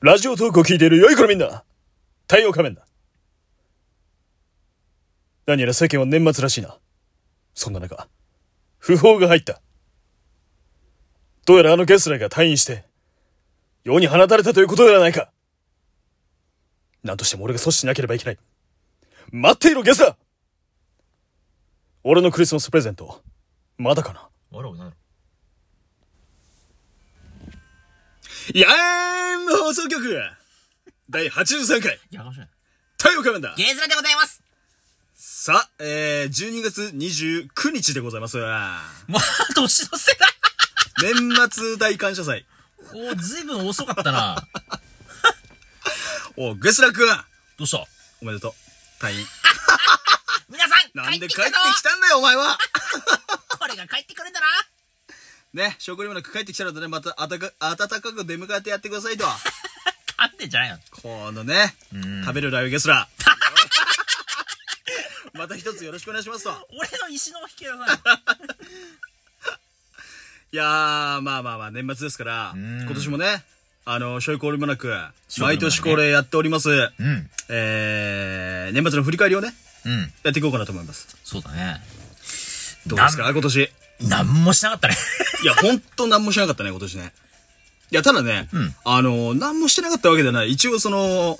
ラジオトークを聞いている良い子のみんな太陽仮面だ何やら世間は年末らしいな。そんな中、訃報が入った。どうやらあのゲスラーが退院して、世に放たれたということではないか。なんとしても俺が阻止しなければいけない。待っていろ、ゲスラー俺のクリスマスプレゼント、まだかな笑うな。やーん放送局第83回、やかましい。 太陽仮面だゲズラでございます。さあ、えー、12月29日でございます。まあ、年のせだ。年末大感謝祭。おー、ずいぶん遅かったな。おう、ゲスラ君どうしたおめでとう。退院。皆さんなんで帰ってきぞたんだよ、お前はこれが帰ってくるんだな。ね、食料もなく帰ってきたらね、またあたか、暖かく出迎えてやってくださいと。噛んでんじゃないのこのね、ん食べるライブゲスラ。 また一つよろしくお願いしますと。俺の石の引き出さいやー、まあまあまあ、年末ですから、ん今年もね、あの、しょい氷もなく、しょい氷もなくね毎年恒例やっております、うん。えー、年末の振り返りをね、うん。やっていこうかなと思います。そうだね。どうですか今年。なんもしなかったね。いや、ほんと何もしなかったね、今年ね。いや、ただね、んあの、何もしてなかったわけではない。一応その、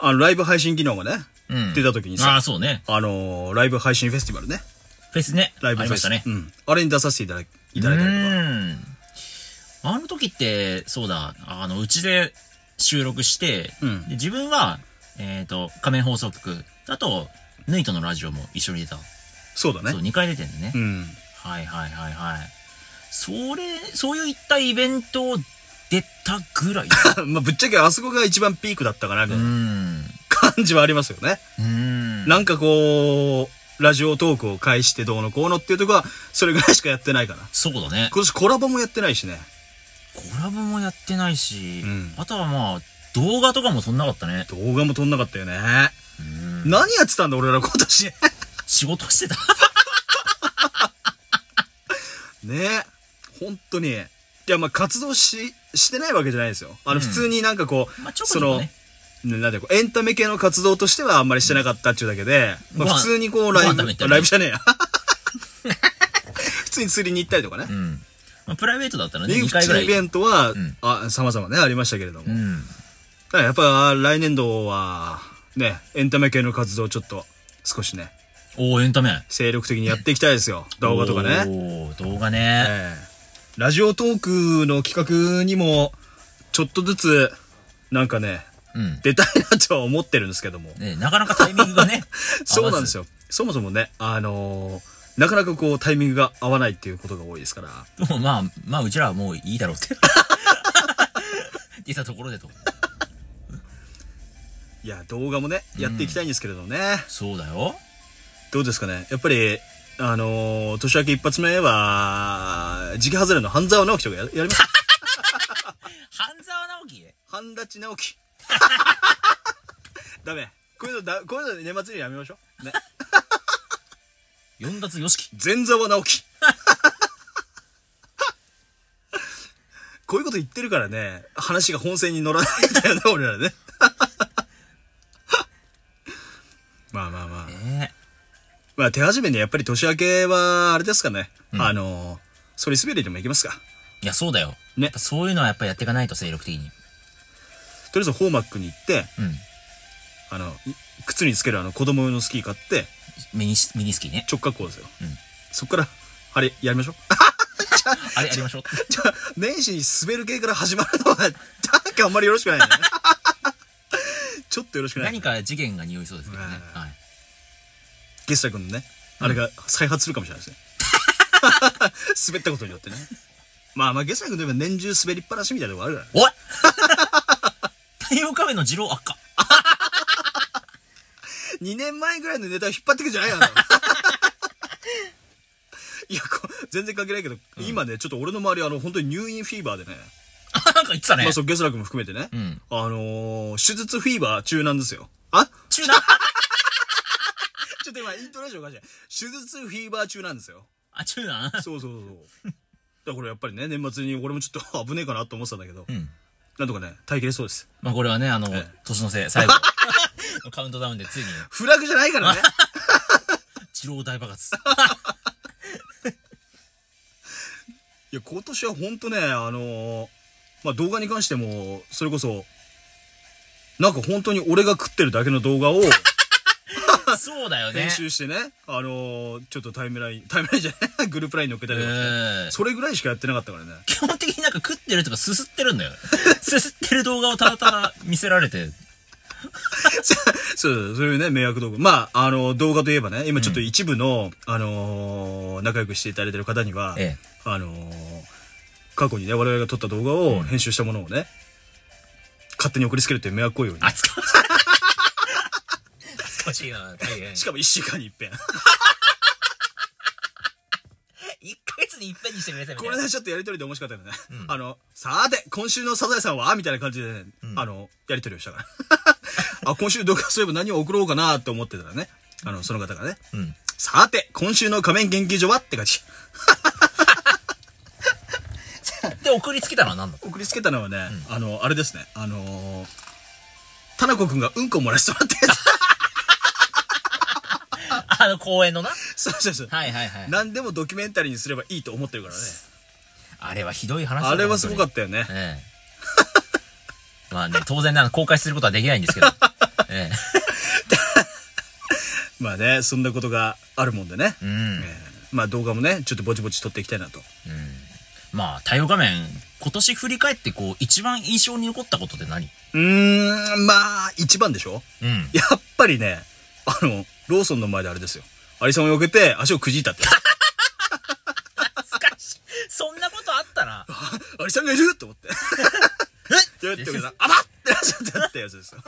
あの、ライブ配信機能がね、うん出た時にあさあ、、そうね。あの、ライブ配信フェスティバルね。フェスね。ライブありフェまス。したね。うん。あれに出させていただいたうだいたりとか。ーん。あの時って、そうだ、あの、うちで収録して、うんで自分は、えっ、と、仮面放送局、あと、ヌイとのラジオも一緒に出た。そうだそう、ね。 2回出てんだね。うん。 はいはいはいはい。それ、そういういったイベントを出たぐらい。まあ、ぶっちゃけあそこが一番ピークだったかな、みう。たいなん感じはありますよね。うん。なんかこう、ラジオトークを介してどうのこうのっていうとこは、それぐらいしかやってないかな。そうだね。今年コラボもやってないしね。コラボもやってないし、うんあとはまあ、動画とかもそんなかったね。動画も撮んなかったよね。うん。何やってたんだ俺ら今年 ね仕事してた。 え本当にいやまあ活動ししてないわけじゃないですよあのうん普通になんかこう、まあ、ちょこちそょこのね。ねなんていうかエンタメ系の活動としてはあんまりしてなかったっていうだけで、まごあ、飯普通にこうライごブ、飯食べたりライブじゃね えや普通に釣りに行ったりとかねう、ん。まあ、プライベートだったらね、で2プ回チぐらい。イベントは、んあ様々ねありましたけれども、うだん。からやっぱ来年度はねエンタメ系の活動をちょっと少しねおー、エンタメ。精力的にやっていきたいですよ動画とかねおー、動画ね。ええラジオトークの企画にも、ちょっとずつ、なんかね、うん。出たいなとは思ってるんですけども。。ね、なかなかタイミングがね そうなんですよ。よ。そもそもね、あのーなかなかこうタイミングが合わないっていうことが多いですから。でもまあ、まあ、うちらはもういいだろ うって。出たところでと。いや、動画もね、やっていきたいんですけれどもね。そうだよ。どうですかねやっぱり、あのー年明け一発目は、時期外れの半沢直樹とかややります。半沢直樹半立ち直樹。 ダメ。こういうのだ、こういうの年末にやめましょう。ね。四月よしき。前座は直樹。 こういうこと言ってるからね、話が本線に乗らないんだよね、俺らね。 まあまあまあ。ねまあ手始めにやっぱり年明けは、あれですかね。あの、それ滑りでもいきますか。いや、そうだよ。ねやっぱそういうのはやっぱやっていかないと、精力的に。とりあえずホーマックに行って、うん。あの、い靴につけるあの子供用のスキー買って、ミニス、ミニスキーね。直角行ですよ。うんそっから、あれ、やりましょう。あれや りましょう。じゃあ、年始に滑る系から始まるのは、なんかあんまりよろし くないね。ちょっとよろしくない。何か事件が匂いそうですけどね。うんはい。ゲスタ君のね、あれが再発するかもしれないですね。 滑ったことによってね。まあまあ、ゲスタ君といえば年中滑りっぱなしみたいなとこあるからね。おい 太陽仮面の二郎悪化。 2年前ぐらいのネタを引っ張ってくんじゃないよ。あんた いやこう全然関係ないけど、今ね、ちょっと俺の周り、あの、本当に入院フィーバーでね、あ、なんか言ってたね。まあそう、ゲスラ君も含めてね、んあのー手術フィーバー中なんですよ。あ中な。ちょっと今、イントネーションおかしい。手術フィーバー中なんですよ。 あ、中な。そうそうそうそう。だからこれやっぱりね、年末に俺もちょっと危ねえかなと思ってたんだけど、んなんとかね、耐えきれそうです。 まあこれはね、あの、ええ年の瀬最後。 カウントダウンでついに、フラグじゃないからね。治療大爆発。いや、今年はほんとね、あのーまあ、動画に関しても、それこそ、なんか本当に俺が食ってるだけの動画をそうだよね。編集してね、あのーちょっとタイムライン、タイムラインじゃない、グループラインに乗っけたりとかして、うんそれぐらいしかやってなかったからね。基本的になんか食ってるとかすすってるんだよ。 すすってる動画をただただ見せられて。そう、そういうね、迷惑動画。まあ、あの、動画といえばね、今ちょっと一部の、あのー仲良くしていただいてる方には、ええあのー過去にね、我々が撮った動画を編集したものをね、勝手に送りつけるっていう迷惑行為をね、厚かましい。厚かましいな、大変。しかも一週間に一 遍。一ヶ月に一遍にしてくれさいみたこいなれね、ちょっとやりとりで面白かったよね。あの、さーて、今週のサザエさんはみたいな感じでね、あの、やりとりをした から。あ、今週動画そういえば何を送ろうかなと思ってたらね、あの、その方がね、んさーて、今週の仮面研究所はって感じ。で、送りつけたのは何だ送りつけたのはね、あの、あれですね、あのー、田中君がうんこ漏らしてもらって、あの公園のな。そうそうそう。はいはいはい。何でもドキュメンタリーにすればいいと思ってるからね。あれはひどい話だあれはすごかったよねた。ええ。 まあね、当然な、公開することはできないんで すけど。えまあね、そんなことがあるもんでね。え。うんえ。ーまあ動画もね、ちょっとぼちぼち撮っていきたいなと。まあ、対応画面、今年振り返ってこう、一番印象に残ったことって何うーん、まあ、一番でしょうん。やっぱりね、あの、ローソンの前であれですよ。アリさんを避けて足をくじいたって。懐かしい。そんなことあっ たな。アリさんがいると思って。 えやっておけたらあばってなっちゃったってやつですよ。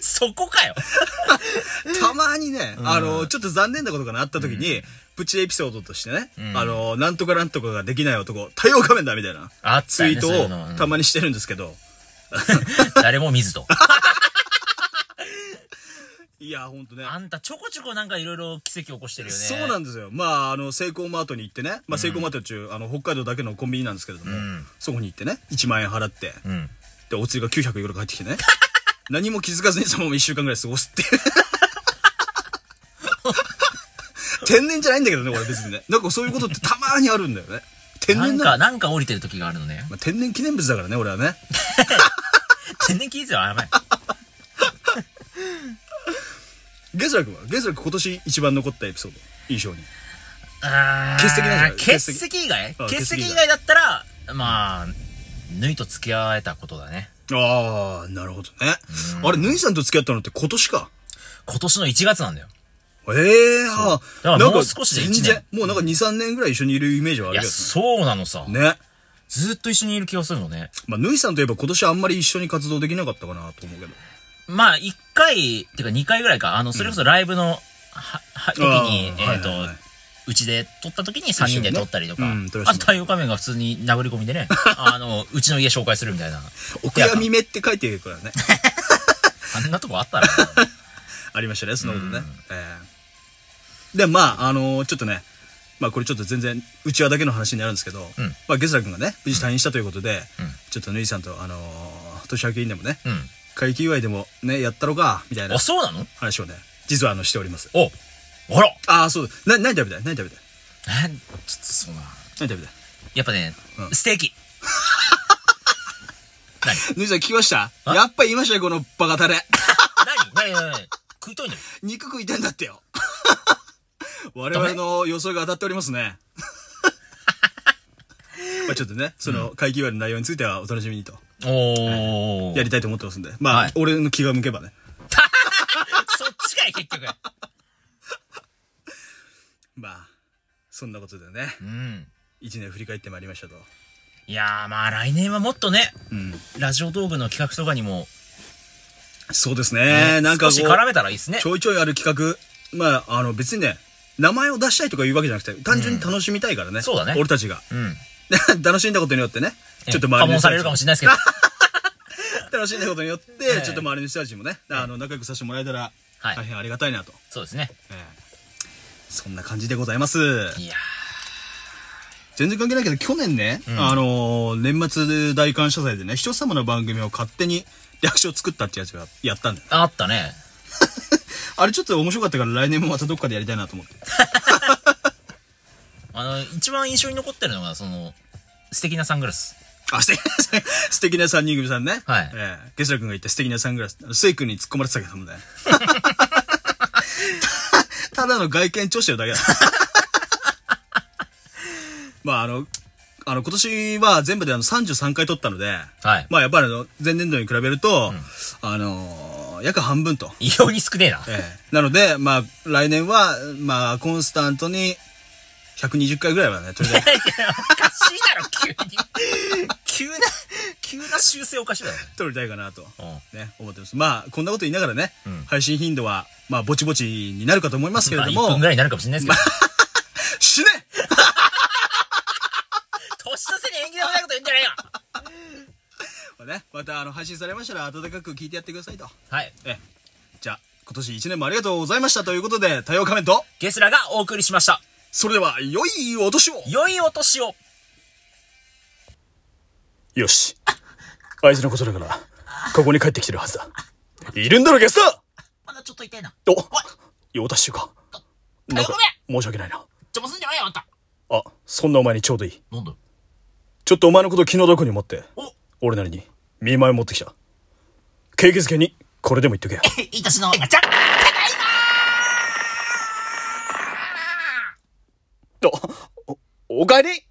そこかよ。たまにね、あの、ちょっと残念なことがあった時に、プチエピソードとしてね、んあの、なんとかなんとかができない男、太陽仮面だみたいな、あっツイートそういうのうをんたまにしてるんですけど、誰も見ずと。いや、ほんとね。あんたちょこちょこなんかいろいろ奇跡起こしてるよね。そうなんですよ。まあ、あの、セイコーマートに行ってね、まあ、セイコーマート中、あの、北海道だけのコンビニなんですけれども、んそこに行ってね、1万円払って、うん。で、お釣りが900いくら返ってきて ね。何も気づかずにそのまま1週間ぐらい過ごすっていう。天然じゃないんだけどね、俺別にね。なんかそういうことってたまーにあるんだよね。天な然んなか、の。なんか降りてる時 があるのね。まあ、天然記念物だからね、俺はね。天然記事は甘い。ゲスラ君はゲスラ君今年一番残ったエピソード、印象に。あー欠席なんじゃない欠席以外あ欠席欠席以以外外だったら、まあ、ぬいと付き合えたことだね。ああ、なるほどね。あれ、ぬいさんと付き合ったのって今年か。今年の1月なんだよ。ええあだからなんもう少しで一年全然、もうなんか2、3年ぐらい一緒にいるイメージはあるいや、けそうなのさ。どね。ね。ずっと一緒にいる気がするのね。まあ、ぬいさんといえば今年あんまり一緒に活動できなかったかなと思うけど。まあ、1回、ってか2回ぐらいか、あの、それこそライブの、は、は、時にあ、ーえっとはいはいはい、うちで撮った時に3人で撮ったりとか一緒にねうん撮、らせあてともら太陽仮面が普通に殴り込みで ね、あの、うちの家紹介するみたいな。お悔やみ目って書いてる からね。あんなとこあったら、ありましたね、そんなことね。ええで、まあ、あのーちょっとね、まあこれちょっと全然、うちわだけの話になるんですけど、んまあゲスラ君がね、無事退院したということで、んちょっとぬいさんと、あのー年明けいいんでもね、う会期祝いでもね、やったろか、みたいん。なあ、そうなの話をね、実はあの、しております。おあらああ、そうだ。な、何食べたい何食べたいえ、ちょっとそうな。何食べたいやっぱね、うんステ ーキ。何ぬいさん聞きましたあやっぱ言いましたよ、このバカタレ。何何何何食いといの肉食いたいんだってよ。 我々の予想が当たっておりますね。 まあちょっとね、その会議割の内容についてはお楽しみにと、おー。やりたいと思ってますんで。まあ、はい俺の気が向けばね。そっちかい、結局。まあ、そんなことでね、うん。一年振り返ってまいりましたと。いやー、まあ来年はもっとね、うん。ラジオ道具の企画とかにも、そうですね、なんかこ少し絡う、めたらいいですねち。ょいちょいある企画、まあ、あの別にね、名前を出したいとかいうわけじゃなくて、単純に楽しみたいからね。そうだね俺たちが。 うん。楽しんだことによってね、ちょっと周破りの門人さたれちるかもしれないですけど。楽しんだことによって、えちょっと周りの人たちもね、あの、仲良くさせてもらえたら、はい大変ありがたいなと、そうですね。ええそんな感じでございます。いや全然関係ないけど、去年ね、あのー年末大感謝祭でね、人様の番組を勝手に略称作ったってやつがやったんだよ。あったね。あれちょっと面白かったから来年もまたどっかでやりたいなと思って。あの、一番印象に残ってるのが、その、素敵なサングラス。あ、素敵な、 素敵な三人組さんね。はいええゲスラ君が言った素敵なサングラス。スイ君に突っ 込まれてたけどもね。たただの外見聴取だけだ。 まああの、あの今年は全部であの33回撮ったので、はいまあやっぱりあの前年度に比べると、あのー約半分と。異様に少ねえな。ええなので、まあ来年は、まあコンスタントに120回ぐらいはね、撮りたい。おかしいだろ、急に。急な、急な修正おかしいだろ。撮りたいかなと。うんね、思ってます。まあ、こんなこと言いながらね、ん配信頻度は、まあ、ぼちぼちになるかと思いますけれまあ、ど1分もぐ、らいになるかもしれないですけど。死ね 年のせに縁起のないこと言うんじゃないよね、また、あの、配信されましたら、温かく聞いてやってくださいと。はい。ええ、じゃあ、今年1年もありがとうございましたということで、多様カメント、ゲスラがお送りしました。それでは、良いお年を良いお年をよし。あいつのことだから、ここに帰ってきてるはずだ。いるんだろ、ゲスタまだちょっと痛いな。お用達中か。なんかご、申し訳ないな。邪魔すんじゃないよ、あんた。あ、そんなお前にちょうどいい。なんだちょっとお前のこと気の毒に持って、お、俺なりに見舞い持ってきた。景気づけに、これでも言っとけ。 いたしの、ガチャただいまお、お、おかえり